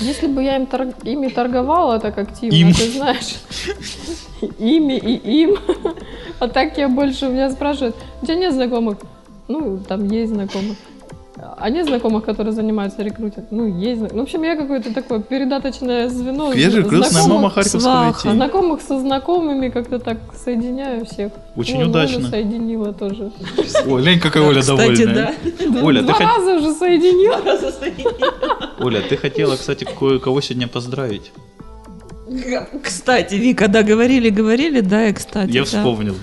C: Если бы я им торг- ими торговала так активно,
A: Им.
C: ты знаешь, ими и им, а так я больше, меня спрашивают, у тебя нет знакомых? Ну, там есть знакомых. А нет знакомых, которые занимаются рекрутингом? Ну, есть. зна- Ну, в общем, я какое-то такое передаточное звено.
A: Я же крестная
C: знакомых-
A: мама харьковского
B: сваха.
A: IT.
C: Знакомых со знакомыми как-то так соединяю всех.
A: Очень
C: Вон, Олю
A: удачно.
C: соединила тоже.
A: Ой, Лень, какая Оля
B: Кстати,
A: довольная.
B: да.
A: Оля, ты
C: Два
A: хот-
C: раза уже соединила.
A: Оля, ты хотела, кстати, кое-кого сегодня поздравить.
B: Кстати, Вика, да, говорили, говорили, да, и кстати.
A: Я
B: да.
A: вспомнил.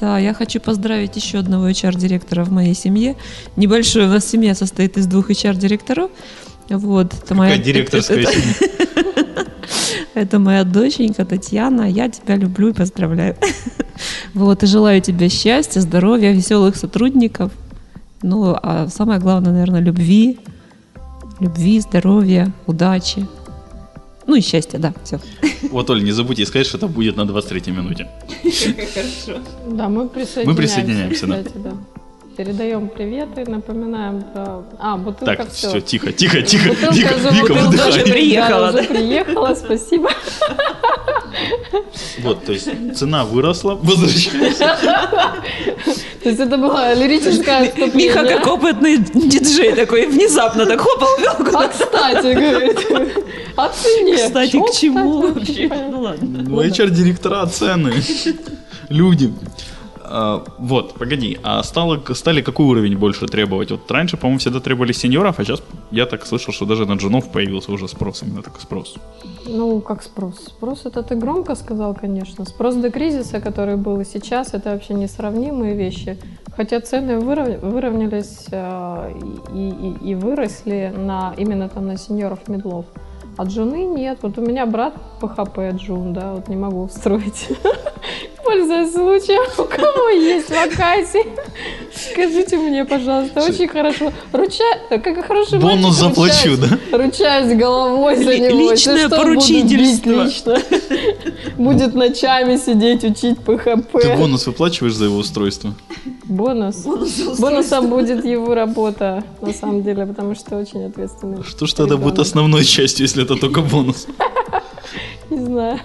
B: Да, я хочу поздравить еще одного HR-директора в моей семье. Небольшая у нас семья состоит из двух HR-директоров. Вот, это моя,
A: Какая директорская
B: это,
A: семья.
B: это моя доченька Татьяна. Я тебя люблю и поздравляю. Вот, и желаю тебе счастья, здоровья, веселых сотрудников. Ну, а самое главное, наверное, любви. Любви, здоровья, удачи. Ну и счастья, да, все.
A: Вот, Оль, не забудьте сказать, что это будет на 23 минуте.
C: Да, мы присоединяемся.
A: присоединяемся, да.
C: кстати, да. Передаем привет и напоминаем про... А, бутылка
A: Так,
C: все.
A: все, тихо, тихо, тихо.
C: Бутылка
A: Вика,
C: за
A: Вика,
B: бутылкой.
A: выдыхай.
B: Тоже приехала, да?
C: уже приехала, спасибо.
A: Вот, то есть цена выросла, возвращаемся.
C: То есть это было лирическое отступление.
B: Миха как опытный диджей такой, внезапно так хоп, увел
C: А
B: куда-то.
C: кстати, говорит, о цене.
B: Кстати,
C: Чё,
B: к чему
C: кстати,
B: вообще? Ну ладно.
A: Ну, HR-директора цены. Люди. А, вот, погоди, а стало, стали какой уровень больше требовать? Вот раньше, по-моему, всегда требовали сеньоров, а сейчас я так слышал, что даже на джунов появился уже спрос, именно такой спрос.
C: Ну, как спрос? Спрос это ты громко сказал, конечно. Спрос до кризиса, который был и сейчас, это вообще несравнимые вещи. Хотя цены вырав- выровнялись э, и, и- и выросли на именно там на сеньоров медлов. А джуны нет. Вот у меня брат ПХП джун, да, вот не могу устроить. Пользуясь случаем, у кого есть вакансии, скажите мне, пожалуйста, очень хорошо. Руча... Как хороший мальчик,
A: Бонус заплачу,
C: ручаюсь.
A: да?
C: Ручаюсь головой за
B: Ли-
C: него.
B: личное
C: Если что, буду
B: поручительство.
C: бить лично. Будет ночами сидеть, учить ПХП.
A: Ты бонус выплачиваешь за его устройство?
C: Бонус. Бонусом будет его работа, на самом деле, потому что очень ответственный.
A: Что ж тогда будет
C: ребенок.
A: основной частью, если это только бонус?
C: Не знаю.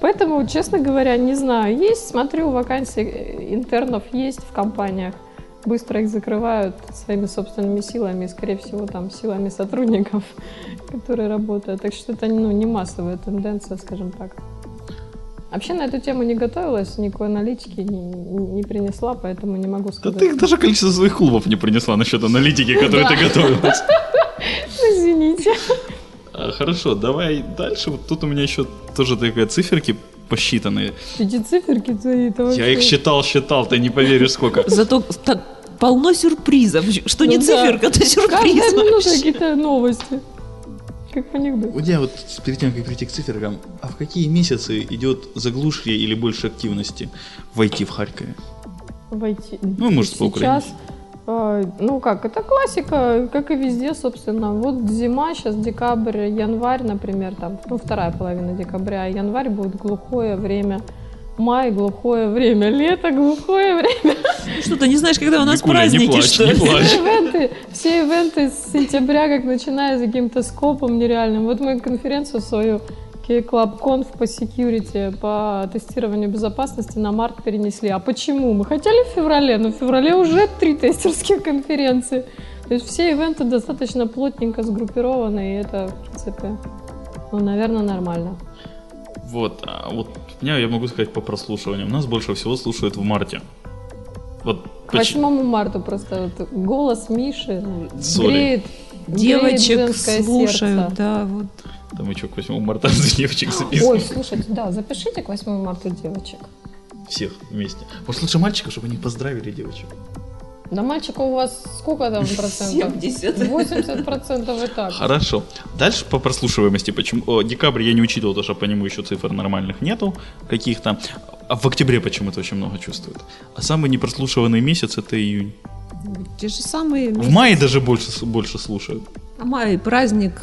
C: Поэтому, честно говоря, не знаю. Есть, смотрю, вакансии э, интернов есть в компаниях. Быстро их закрывают своими собственными силами, и, скорее всего, там силами сотрудников, которые работают. Так что это ну, не массовая тенденция, скажем так. Вообще на эту тему не готовилась, никакой аналитики не, не принесла, поэтому не могу
A: Да
C: сказать.
A: ты даже количество своих клубов не принесла насчет аналитики,
C: Ну
A: которые ты готовилась.
C: Извините.
A: А, Хорошо, давай дальше. Вот тут у меня еще тоже такие циферки посчитанные.
C: Эти циферки твои, это
A: Я их
C: вообще-
A: считал, считал, ты не поверишь сколько.
B: Зато так полно сюрпризов. Что не
C: Ну да.
B: циферка, то
C: Каждая
B: сюрприз
C: минута
B: вообще.
C: какие-то новости. Как анекдот.
A: У тебя вот перед тем, как прийти к циферкам, а в какие месяцы идет заглушье или больше активности войти в Харькове?
C: войти.
A: Ну, может,
C: сейчас.
A: по-украински.
C: э, Ну как, это классика, как и везде, собственно. Вот зима, сейчас декабрь, январь, например, там, ну, вторая половина декабря, а январь будет глухое время. Май глухое время, лето глухое время.
B: Что ты не знаешь, когда у нас
A: Викуля, не
B: праздники,
A: плачь,
B: что
A: не
B: ли?
A: плачь.
C: Ивенты, все ивенты с сентября, как начиная за каким-то скопом нереальным. Вот мы конференцию свою Club по security, по тестированию безопасности на март перенесли. А почему? Мы хотели в феврале, но в феврале уже три тестерских конференции. То есть все ивенты достаточно плотненько сгруппированы, и это, в принципе, ну, наверное, нормально.
A: Вот, а вот меня, я могу сказать по прослушиваниям, нас больше всего слушают в марте. Вот
C: К
A: поч-
C: 8 марта просто вот голос Миши ну,
A: Сори.
C: греет, греет
B: Девочек
C: женское
B: слушают,
C: сердце.
B: да, вот.
A: Там и что, к 8 марта девочек
C: Ой,
A: записывают.
C: слушайте, да, запишите к 8 марта девочек.
A: Всех вместе. Может, лучше мальчиков, чтобы они поздравили девочек.
C: Да мальчика у вас сколько там процентов? 80 процентов и так.
A: Хорошо. Дальше по прослушиваемости. Почему? о, декабрь я не учитывал, потому что по нему еще цифр нормальных нету каких-то. А в октябре почему-то очень много чувствуют. А самый непрослушиванный месяц это июнь.
B: Те же самые.
A: В мае даже больше, с- больше слушают.
B: А май праздник,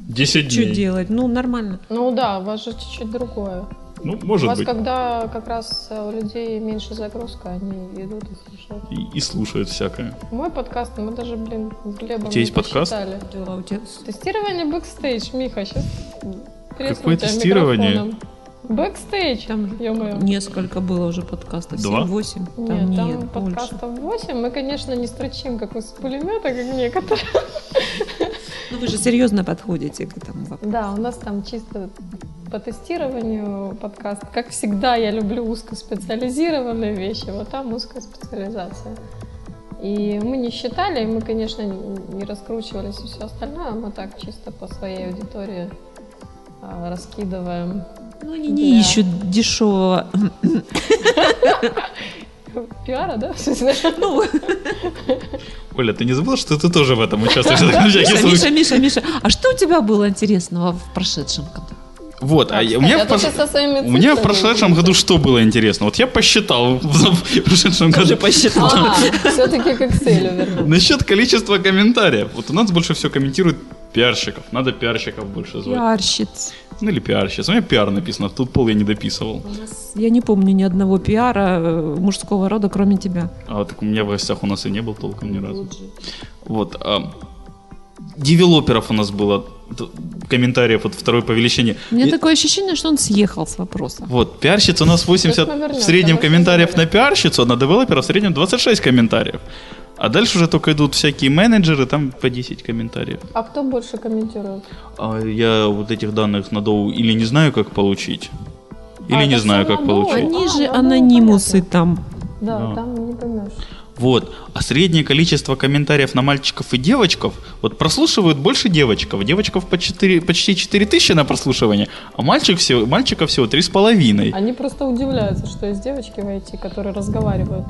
A: 10
B: что
A: дней.
B: делать? Ну, нормально.
C: Ну да, у вас же чуть-чуть другое.
A: Ну,
C: у
A: может
C: вас
A: быть.
C: когда как раз э, у людей меньше загрузка, они идут и слушают.
A: И, и слушают всякое.
C: Мой подкаст, мы даже, блин, с Глебом
A: У тебя есть
C: не
A: подкаст?
C: посчитали.
B: Да, А у тебя-
C: Тестирование бэкстейдж, Миха, сейчас
A: Какое тестирование?
C: Бэкстейдж,
B: Там
C: ё-моё.
B: несколько было уже подкастов.
A: Два?
B: 7-8. Там
C: Нет, там
B: нет, больше.
C: подкастов 8. Мы, конечно, не строчим, как из пулемета, как некоторые.
B: Ну, вы же серьезно подходите к этому вопросу.
C: Да, у нас там чисто по тестированию подкаст. Как всегда, я люблю узкоспециализированные вещи, вот там узкая специализация. И мы не считали, и мы, конечно, не раскручивались и все остальное, мы так чисто по своей аудитории а, раскидываем.
B: Ну, они не
C: Да.
B: ищут дешевого.
C: Пиара, да?
B: Ну,
A: Оля, ты не забыла, что ты тоже в этом участвуешь? На всякий
B: Миша, Миша,
A: случай.
B: Миша, Миша, а что у тебя было интересного в прошедшем году?
A: Вот, а я- у меня
C: Я
A: в
C: тут
A: прош-
C: сейчас со своими
A: у меня в
C: цифрами.
A: прошедшем году что было интересно? Вот я посчитал в прошедшем году. посчитал.
C: А, все-таки к Excel вернусь.
A: Насчет количества комментариев. Вот у нас больше всего комментируют пиарщиков. Надо пиарщиков больше звать.
B: Пиарщиц.
A: Ну или пиарщиц. У меня пиар написано, тут пол я не дописывал.
B: Я не помню ни одного пиара э, мужского рода, кроме тебя.
A: А так у меня в гостях у нас и не был толком ни разу. Вот. а, девелоперов у нас было т- комментариев вот второй по величине.
B: У меня
A: И-
B: такое ощущение, что он съехал с вопроса.
A: Вот, пиарщица у нас 80
C: Сейчас мы вернемся,
A: в среднем
C: мы
A: комментариев на
C: поговорим.
A: пиарщицу, а на девелопера в среднем 26 комментариев. А дальше уже только идут всякие менеджеры, там по 10 комментариев.
C: А кто больше комментирует?
A: А я вот этих данных на доу или не знаю, как получить, или
C: А,
A: не
C: это
A: знаю,
C: всё
A: как
C: на Доу?
A: получить.
B: Они
C: А,
B: же
C: ну, понятно.
B: анонимусы там.
C: Да,
A: Да.
C: там не поймешь.
A: Вот. А среднее количество комментариев на мальчиков и девочков, вот прослушивают больше девочков. Девочков по 4, почти 4000 на прослушивание, а мальчик всего, мальчиков всего 3,5.
C: Они просто удивляются, что есть девочки в IT, которые разговаривают.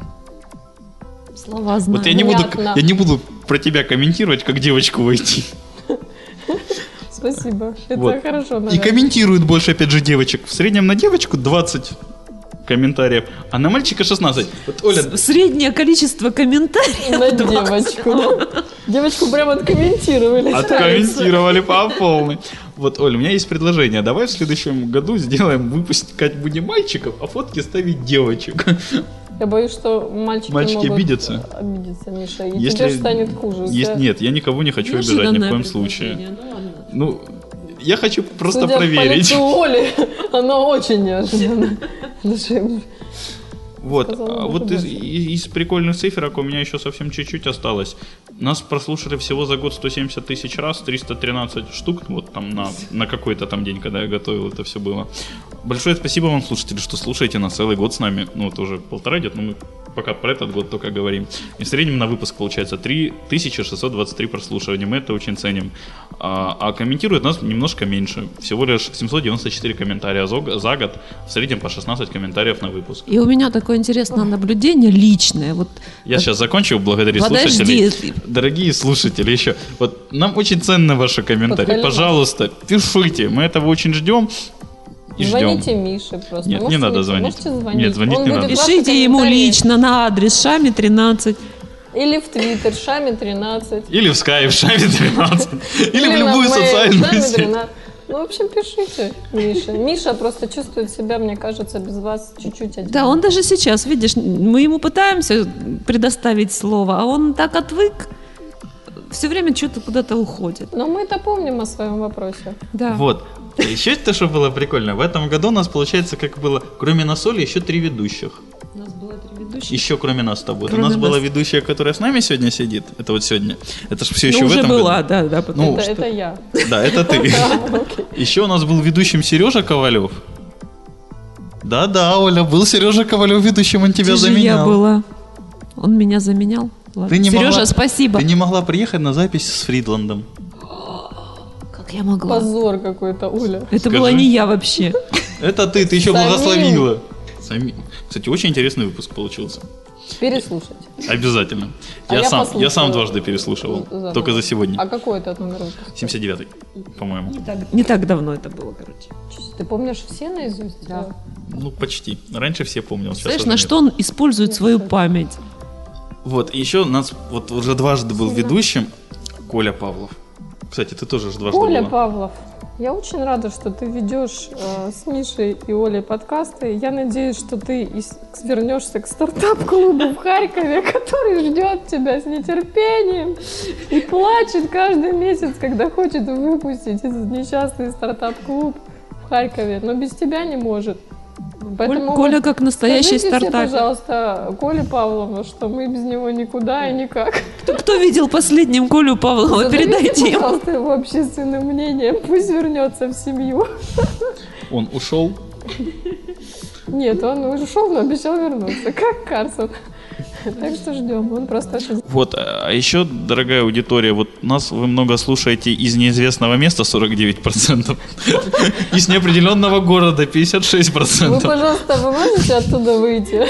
B: Слова знаю.
A: Вот я не, буду,
C: Понятно.
A: я не буду про тебя комментировать, как девочку войти.
C: Спасибо. Это
A: Вот.
C: хорошо,
A: И
C: наверное.
A: комментируют больше, опять же, девочек. В среднем на девочку 20 комментариев, а на мальчика 16. Вот, Оля,
B: С- Среднее количество комментариев.
C: На
B: 20.
C: девочку. да. Девочку прям откомментировали.
A: А Откомментировали по полной. Вот, Оль, у меня есть предложение. Давай в следующем году сделаем выпускать будем мальчиков, а фотки ставить девочек.
C: Я боюсь, что мальчики
A: Мальчики
C: могут
A: обидятся.
C: Обидеться, Миша. И
A: Если-
C: тебе же станет хуже. У
A: Есть,
C: тебя-
A: нет, я никого не
C: Ну,
A: хочу обижать ни в
B: Неожиданное
A: коем случае.
B: предложение, ну ладно.
A: Ну, я хочу просто
C: Судя по
A: проверить.
C: лицу Оли, оно очень неожиданно. Даже
A: Вот,
C: Сказала
A: а
C: бы
A: вот из,
C: больше.
A: и- из прикольных циферок у меня еще совсем чуть-чуть осталось. Нас прослушали всего за год 170 тысяч раз, 313 штук, ну, вот там на, на какой-то там день, когда я готовил это все было. Большое спасибо вам, слушатели, что слушаете нас целый год с нами. Ну, это уже полтора идет, но мы пока про этот год только говорим. И в среднем на выпуск получается 3623 прослушивания. Мы это очень ценим. А, а комментирует нас немножко меньше. Всего лишь 794 комментария за, за год. В среднем по 16 комментариев на выпуск.
B: И у меня такое интересное наблюдение личное. Вот
A: Я сейчас закончу, благодарю
B: Подожди,
A: слушателей.
B: ты-
A: Дорогие слушатели, еще вот нам очень ценны ваши комментарии.
C: Подхалимаш.
A: Пожалуйста, пишите, мы этого очень ждем и ждем.
C: звоните Мише просто.
A: Нет, не
C: Можете
A: надо звонить.
C: Можете звонить.
A: Нет, звонить
C: Он
A: не
C: будет
A: надо.
C: ваши
B: пишите ему
C: комментарии.
B: лично на адрес Шами 13.
C: Или в Твиттер, Шами 13.
A: Или в Skype Шами 13, или в
C: на
A: любую
C: mail,
A: социальную
C: Шами
A: сеть.
C: 13. Ну, в общем, пишите, Миша. Миша просто чувствует себя, мне кажется, без вас чуть-чуть один.
B: Да, он даже сейчас, видишь, мы ему пытаемся предоставить слово, а он так отвык, все время что-то куда-то уходит.
C: Но мы-то помним о своем вопросе.
B: Да.
A: Вот. Еще то, что было прикольно, в этом году у нас получается, как было, кроме нас, Оли, еще три ведущих.
B: У нас было три ведущих.
A: Еще кроме нас с тобой.
B: Кроме
A: у нас была
B: нас.
A: ведущая, которая с нами сегодня сидит. Это вот сегодня. Это же все еще
B: ну,
A: в
B: уже
A: этом
B: была,
A: году.
B: да, да. потому
A: Ну,
C: это,
B: что-
C: это я.
A: Да, это ты.
C: Окей.
A: Еще у нас был ведущим Сережа Ковалев. Да-да, Оля, был Сережа Ковалев ведущим, он тебя
B: Где же
A: заменял.
B: я была? Он меня заменял? Ладно.
A: Ты не
B: Сережа,
A: могла-
B: спасибо.
A: Ты не могла приехать на запись с Фридландом.
B: Как я могла?
C: Позор какой-то, Уля.
B: Это была не я вообще.
A: Это ты, ты еще
C: Самим.
A: благословила. Сами- Кстати, очень интересный выпуск получился.
C: Переслушать.
A: Обязательно.
C: А
A: я,
C: я
A: сам, я
C: послушала.
A: сам дважды переслушивал.
C: Заново.
A: Только за сегодня.
C: А какой это номер выпуска?
A: 79 по-моему.
B: Не так, не так давно это было, короче.
C: Ты помнишь все наизусть?
B: Да.
A: Ну, почти. Раньше все помнил. сейчас
B: Знаешь,
A: уже
B: на
A: нет.
B: что он использует свою память?
A: Вот, и еще у нас вот уже дважды был ведущим Коля Павлов. Кстати, ты тоже же дважды
C: Оля
A: была.
C: Павлов, я очень рада, что ты ведешь э, с Мишей и Олей подкасты. Я надеюсь, что ты и с- вернешься к стартап-клубу в Харькове, который ждет тебя с нетерпением и плачет каждый месяц, когда хочет выпустить этот несчастный стартап-клуб в Харькове, но без тебя не может. Поэтому
B: Коль- Коля
C: вот
B: как настоящий
C: скажите все,
B: стартапер.
C: пожалуйста, Коле Павлову, что мы без него никуда и никак.
B: Кто, кто видел последним Колю Павлова,
C: Задавите,
B: передайте ему.
C: пожалуйста, его общественным мнением. Пусть вернется в семью.
A: Он ушел,
C: Нет, он ушел, но обещал вернуться. Как Карсон. Так что ждем. Он просто очень...
A: Вот, а еще, дорогая аудитория, вот нас вы много слушаете из неизвестного места 49%, из неопределенного города
C: Вы,
A: 56%.
C: пожалуйста, вы можете оттуда выйти?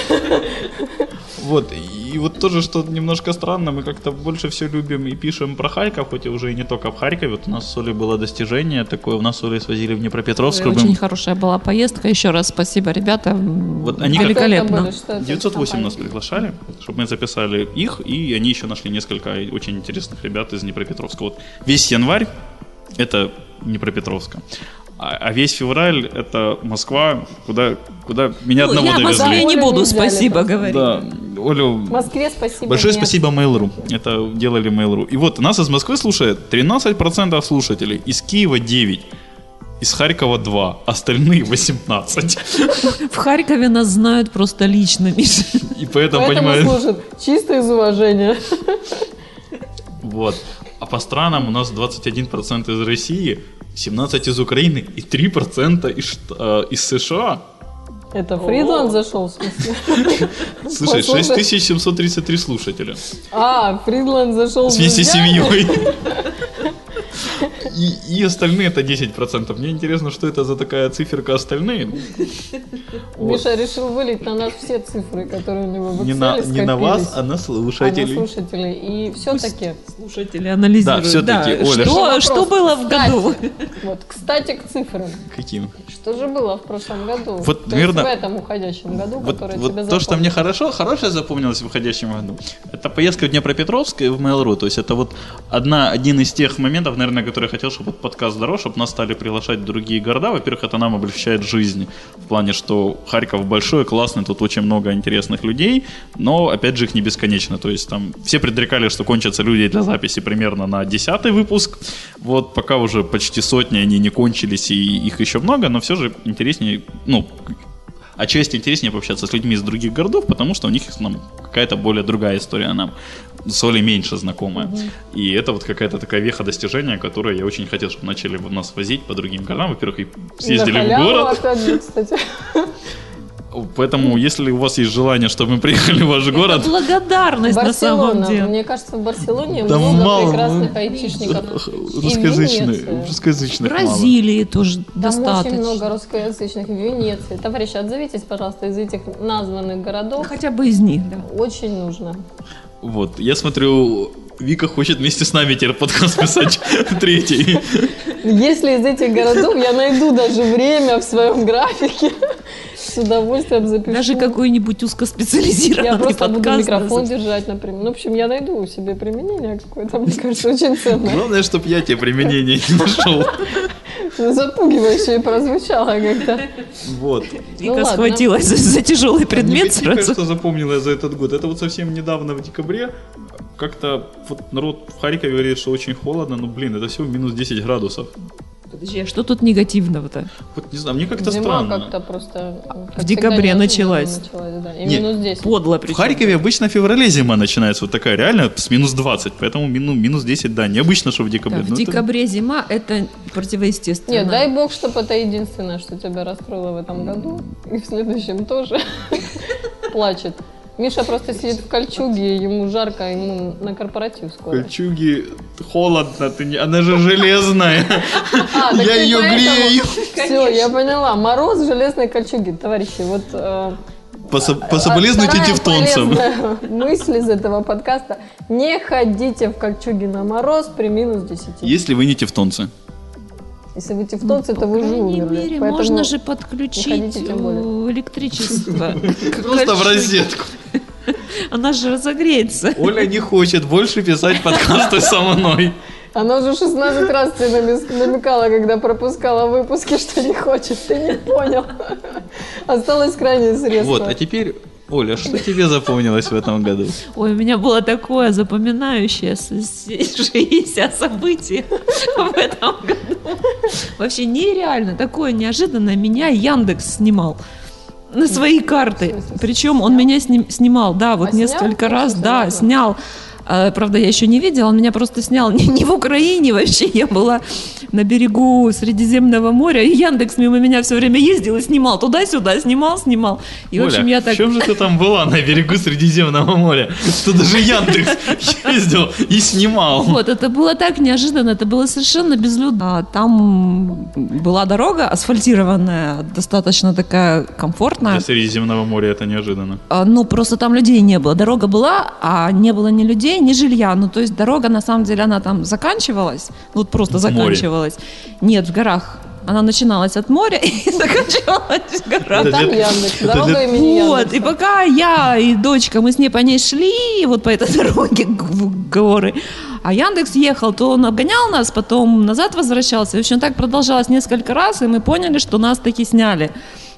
A: Вот, и вот тоже, что немножко странно, мы как-то больше все любим и пишем про Харьков, хоть и уже и не только в Харькове. Вот у нас с Олей было достижение такое, у нас с Олей свозили в Днепропетровск. мы
B: Очень хорошая была поездка. Еще раз спасибо, ребята. М,
A: Вот они как-
C: Кто это
B: великолепно.
C: были? Что это?
A: 908 нас приглашали, чтобы мы записали их, и они еще нашли несколько очень интересных ребят из Днепропетровска. Вот весь январь — это Днепропетровска. А, а весь февраль — это Москва, куда, куда меня
B: Ну,
A: одного
B: я о
A: довезли.
B: Москве не
C: Оля
B: буду
C: не взяли
B: спасибо
C: просто.
B: говорить.
A: Да,
C: В
A: Олю,
C: Москве спасибо.
A: большое
C: нет.
A: спасибо Mail.ru. Это делали Mail.ru. И вот нас из Москвы слушает 13% слушателей, из Киева 9%. Из Харькова 2, остальные 18.
B: В Харькове нас знают просто лично, Миша.
A: И поэтому,
C: Поэтому
A: понимаешь...
C: служит чисто из уважения.
A: Вот. А по странам у нас 21% из России, 17% из Украины и 3% из, Шт- э, из США.
C: Это Фридланд зашел, в смысле?
A: Слушай,
C: Послушай.
A: 6733 слушателя.
C: А, Фридланд зашел с
A: Вместе с
C: друзьями?
A: семьей. И, и остальные это 10%. Мне интересно, что это за такая циферка остальные. Вот.
C: Миша решил вылить на нас все цифры, которые у него в Excel
A: Не на, не на вас,
C: скопились.
A: а на
C: А на
A: слушателей.
C: слушателей. И все-таки,
B: Слушатели анализируют.
A: Да, всё-таки, Оля.
B: Что,
C: Вопрос.
B: что было в году?
C: вот, кстати, к цифрам.
A: Каким?
C: Что же было в прошлом году?
A: Вот,
C: То
A: верно.
C: есть в этом уходящем году,
A: Вот,
C: который
A: вот
C: тебе
A: то, что
C: запомнил.
A: мне хорошо, хорошее запомнилось в выходящем году, это поездка в Днепропетровск и в Mail.ru. То есть это вот одна, один из тех моментов, наверное, который я хотел, чтобы вот подкаст здоров, чтобы нас стали приглашать в другие города. Во-первых, это нам облегчает жизнь в плане, что Харьков большой, классный, тут очень много интересных людей, но, опять же, их не бесконечно. То есть там все предрекали, что кончатся люди для записи примерно на 10 выпуск. Вот пока уже почти сотни они не кончились, и их еще много, но все же интереснее, ну, а часть интереснее пообщаться с людьми из других городов, потому что у них ну, какая-то более другая история нам с Олей меньше знакомая. И это вот какая-то такая веха достижения, которую я очень хотел, чтобы начали в нас возить по другим городам. Во-первых, и съездили
C: На
A: в
C: халяву,
A: город.
C: опять же, кстати.
A: Поэтому, если у вас есть желание, чтобы мы приехали в ваш город,
B: Благодарность на самом
C: Барселона.
B: деле.
C: Мне кажется, в Барселоне
A: Да
C: много
A: мало,
C: прекрасных
A: ну,
C: айтишников.
A: русскоязычный,
C: Венеция.
B: В
A: русскоязычных мало.
B: Бразилии тоже
C: Там очень много
B: достаточно.
C: русскоязычных в Венеции. Товарищи, отзовитесь, пожалуйста, из этих названных городов.
B: Ну, Хотя бы из них, да.
C: Очень нужно.
A: Вот, я смотрю, Вика хочет вместе с нами теперь подкаст писать третий.
C: Если из этих городов я найду даже время в своем графике, с удовольствием запишу.
B: Даже какой-нибудь узкоспециализированный
C: я просто
B: подкаст.
C: буду микрофон
B: да,
C: держать, например. Ну, в общем, я найду себе применение какое-то, мне кажется, очень ценное.
A: Главное, чтобы я тебе применение не нашел.
C: Ну, Запугивающе и прозвучало как-то.
A: Вот.
B: Вика
C: Ну, ладно.
B: схватилась за, за тяжелый предмет
A: Мне, мне
B: сразу.
A: кажется, запомнила за этот год. Это вот совсем недавно, в декабре, как-то вот народ в Харькове говорит, что очень холодно, но, блин, это всего минус 10 градусов.
B: Подожди, а что тут негативного-то?
A: Вот не знаю, мне как-то
C: Зима
A: странно.
C: как-то просто... как
B: В декабре
C: всегда, неожиданно
B: началась.
C: да. И
A: Не,
C: минус 10.
B: Подло
A: В
B: причем.
A: Харькове обычно в феврале зима начинается вот такая, реально, с минус 20, поэтому мину- минус 10, да, необычно, что в
B: Да,
A: декабре. но
B: в
A: ну это-
B: декабре зима, это противоестественно.
C: Нет, дай бог, чтобы это единственное, что тебя расстроило в этом году. И в следующем тоже. Плачет. Миша просто сидит в кольчуге, ему жарко, а ему на корпоратив скоро.
A: Кольчуги холодно, ты не- она же железная.
C: А, так
A: Я
C: ты
A: ее
C: поэтому-
A: грею.
C: Все, я поняла. Мороз в железной кольчуги. Товарищи, вот... э,
A: Посо- Пособолезнуйте
C: вторая
A: тевтонцам.
C: полезная мысль из этого подкаста. Не ходите в кольчуге на мороз при минус 10.
A: Если вы не тевтонцы.
C: Если вы тевтонцы, то вы же
B: крайней
C: умерли.
B: мере,
C: Поэтому
B: можно же
C: не
B: подключить
C: ходите, тем более.
B: э, электричество. к
A: Просто в
B: кольчуге.
A: розетку.
B: Она же разогреется.
A: Оля не хочет больше писать подкасты со мной.
C: Она уже 16 раз тебе намес- намекала, когда пропускала выпуски, что не хочет. Ты не понял. Осталось крайнее средство.
A: Вот, а теперь, Оля, что тебе запомнилось в этом году?
B: Ой, у меня было такое запоминающееся событие в этом году. Вообще нереально, такое неожиданное. Меня Яндекс снимал на свои карты. Причем он меня сни- снимал, да, вот
C: А снял?
B: несколько
C: Я
B: раз,
C: что-то
B: да,
C: забыла.
B: снял. А, Правда, я еще не видела, он меня просто снял не, не в Украине вообще, я была на берегу Средиземного моря, и Яндекс мимо меня все время ездил и снимал туда-сюда, снимал, снимал. И, в
A: Оля,
B: общем, я так...
A: в чем же ты там была на берегу Средиземного моря? Что даже Яндекс ездил и снимал.
B: Вот, это было так неожиданно, это было совершенно безлюдно. А Там была дорога асфальтированная, достаточно такая комфортная.
A: Для Средиземного моря это неожиданно.
B: А, Ну, просто там людей не было. Дорога была, а не было ни людей, ни жилья. Ну, то есть дорога, на самом деле, она там заканчивалась. Ну, Вот просто
A: В море.
B: заканчивалась. Нет, в горах. Она начиналась от моря и заканчивалась в горах.
A: Это
C: Там
A: для-
C: Яндекс.
A: это
C: Дорога
A: для-
C: имени
B: Вот,
C: Яндекса.
B: и пока я и дочка, мы с ней по ней шли, вот по этой дороге г- в горы, а Яндекс ехал, то он обгонял нас, потом назад возвращался. В общем, так продолжалось несколько раз, и мы поняли, что нас таки сняли.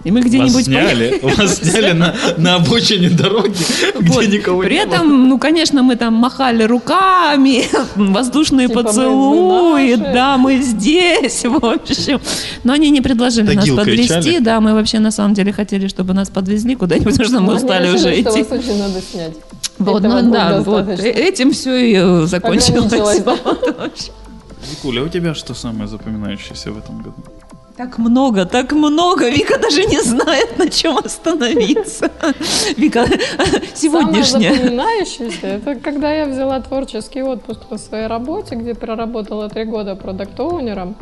B: И мы
A: Вас
B: где-нибудь...
A: сняли, вас сняли на, на обочине дороги,
B: Вот.
A: где никого
B: При
A: не было.
B: этом, ну, конечно, мы там махали руками, воздушные
C: Типа, мы- мы
B: поцелуи,
C: наши.
B: да, мы здесь, в общем. Но они не предложили нас
A: Тагилкой чали?
B: подвезти, да, мы вообще на самом деле хотели, чтобы нас подвезли куда-нибудь, потому что мы
C: Они
B: устали
C: решили,
B: уже
C: что
B: идти.
C: вас очень надо снять.
B: Вот,
C: Этого
B: ну
C: будет
B: да, вот
C: достаточно.
B: э- этим все и э, закончилось.
C: Ограничилось, да.
B: Вот, в общем.
A: Викуля, а у тебя что самое запоминающееся в этом году?
B: Так много, так много. Вика даже не знает, на чем остановиться. Вика,
C: Самое
B: сегодняшняя.
C: запоминающееся, это когда я взяла творческий отпуск по своей работе, где проработала три года продакт-оунером.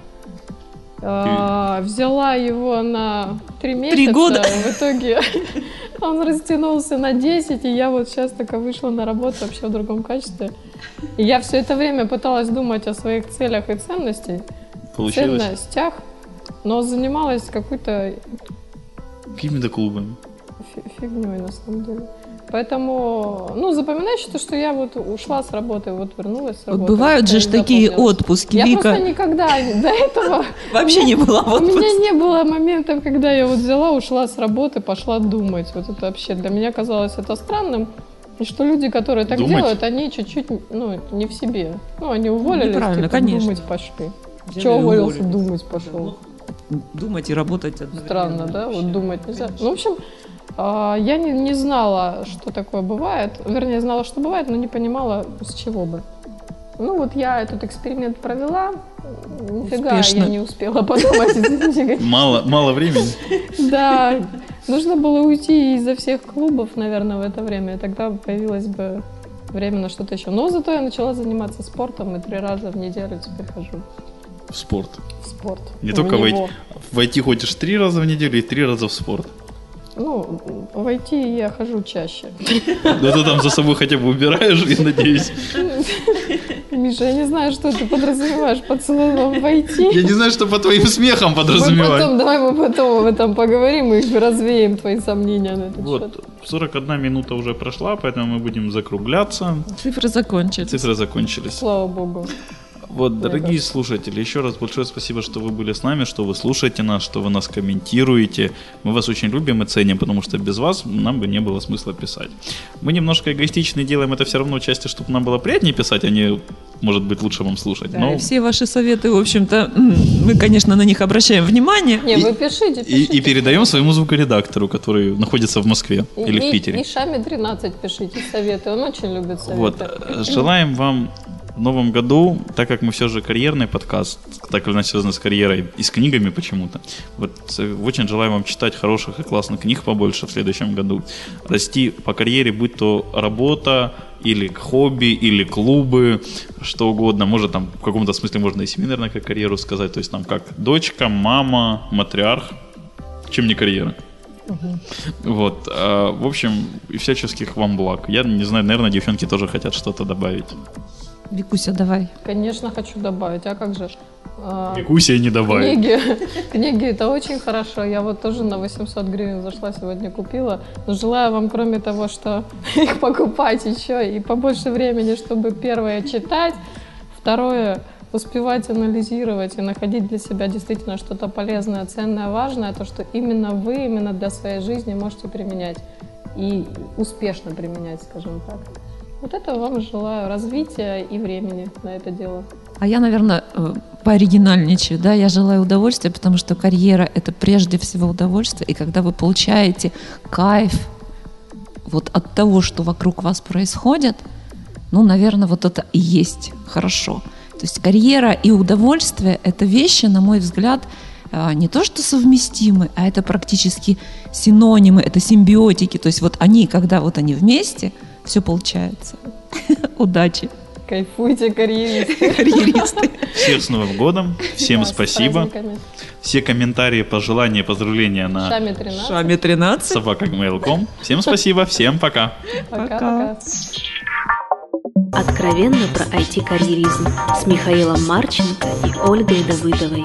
C: А, Взяла его на три месяца. а
B: года.
C: В итоге он растянулся на 10, и я вот сейчас только вышла на работу вообще в другом качестве. И я все это время пыталась думать о своих целях и ценностей,
A: Получилось?
C: ценностях, но занималась какой-то
A: Какими-то клубами.
C: фи- фигней на самом деле. Поэтому, ну, запоминаешь то, что я вот ушла с работы, вот вернулась с
B: Вот
C: работы.
B: бывают же ж
C: Как-то не
B: такие
C: запомнилось.
B: отпуски,
C: Я
B: Вика.
C: просто никогда до этого...
B: Вообще не была в
C: У меня
B: отпуске.
C: не было моментов, когда я вот взяла, ушла с работы, пошла думать. Вот это вообще для меня казалось это странным. И что люди, которые так
A: Думать?
C: делают, они чуть-чуть, ну, не в себе. Ну, они уволились,
B: правильно,
C: типа,
B: конечно.
C: думать пошли.
B: Взяли
C: Чего
B: и
C: уволился,
B: уволились.
C: думать пошел.
B: Думать и работать одновременно.
C: Странно, да?
B: вообще.
C: Вот думать нельзя. Ну, в общем, а, я не, не знала, что такое бывает. Вернее, знала, что бывает, но не понимала, с чего бы. Ну, вот я этот эксперимент провела. Нифига
B: Успешно.
C: я не успела подумать. Нифига.
A: Мало, мало времени.
C: Да, нужно было уйти изо всех клубов, наверное, в это время. И тогда появилось бы время на что-то еще. Но зато я начала заниматься спортом, и три раза в неделю теперь хожу
A: В спорт.
C: в спорт.
A: Не
C: В
A: только
C: него.
A: войти. Войти хочешь три раза в неделю и три раза в спорт.
C: Ну, войти я хожу чаще.
A: Да ты там за собой хотя бы убираешь, я надеюсь.
C: Миша, я не знаю, что ты подразумеваешь под словом войти.
A: Я не знаю, что по твоим смехам
C: Мы
A: подразумевать.
C: потом, давай мы потом об этом поговорим и развеем твои сомнения на этот счет.
A: Вот, 41 минута уже прошла, поэтому мы будем закругляться.
B: Цифры закончились.
A: Цифры закончились.
C: Слава богу.
A: Вот, дорогие
C: Мне
A: слушатели, еще раз большое спасибо, что вы были с нами, что вы слушаете нас, что вы нас комментируете. Мы вас очень любим и ценим, потому что без вас нам бы не было смысла писать. Мы немножко эгоистичны, делаем это все равно части, чтобы нам было приятнее писать, а не, может быть, лучше вам слушать.
B: Да,
A: но...
B: и все ваши советы, в общем-то, м, мы, конечно, на них обращаем внимание.
C: Не,
A: И-
C: вы пишите,
A: И, и
C: пишите.
A: передаем своему звукоредактору, который находится в Москве
C: И-
A: или в
C: и-
A: Питере.
C: И Шами 13 пишите советы, он очень любит советы.
A: Вот. э, Желаем вам в новом году, так как мы все же карьерный подкаст, так или иначе связан с карьерой и с книгами почему-то, вот э, очень желаем вам читать хороших и классных книг побольше в следующем году, расти по карьере, будь то работа или хобби, или клубы, что угодно. Может, там в каком-то смысле можно и семинар наверное, как карьеру сказать, то есть там как дочка, мама, матриарх, чем не карьера. Вот, а, в общем, и всяческих вам благ. Я не знаю, наверное, девчонки тоже хотят что-то добавить.
B: Викуся, давай.
C: Конечно, хочу добавить, а как же? ж? А,
A: Никуся не добавит.
C: Книги, книги это очень хорошо. Я вот тоже на 800 гривен зашла сегодня, купила. Но желаю вам, кроме того, что их покупать еще и побольше времени, чтобы первое читать, второе успевать анализировать и находить для себя действительно что-то полезное, ценное, важное, то, что именно вы, именно для своей жизни можете применять и успешно применять, скажем так. Вот этого вам желаю развития и времени на это дело.
B: А я, наверное, э, пооригинальничаю, да, я желаю удовольствия, потому что карьера – это прежде всего удовольствие, и когда вы получаете кайф вот от того, что вокруг вас происходит, ну, наверное, вот это и есть хорошо. То есть карьера и удовольствие – это вещи, на мой взгляд, э, не то что совместимы, а это практически синонимы, это симбиотики. То есть вот они, когда вот они вместе, все получается. Удачи,
C: Кайфуйте, карьеристы.
B: карьеристы.
A: Всех с Новым годом, всем
C: Да, с
A: спасибо.
C: праздниками.
A: Все комментарии, пожелания, поздравления на
C: Шами 13.
B: Шами 13.
A: собакагмейл.ком. Всем спасибо, всем пока.
C: Пока-пока.
E: Откровенно про IT-карьеризм с Михаилом Марченко и Ольгой Давыдовой.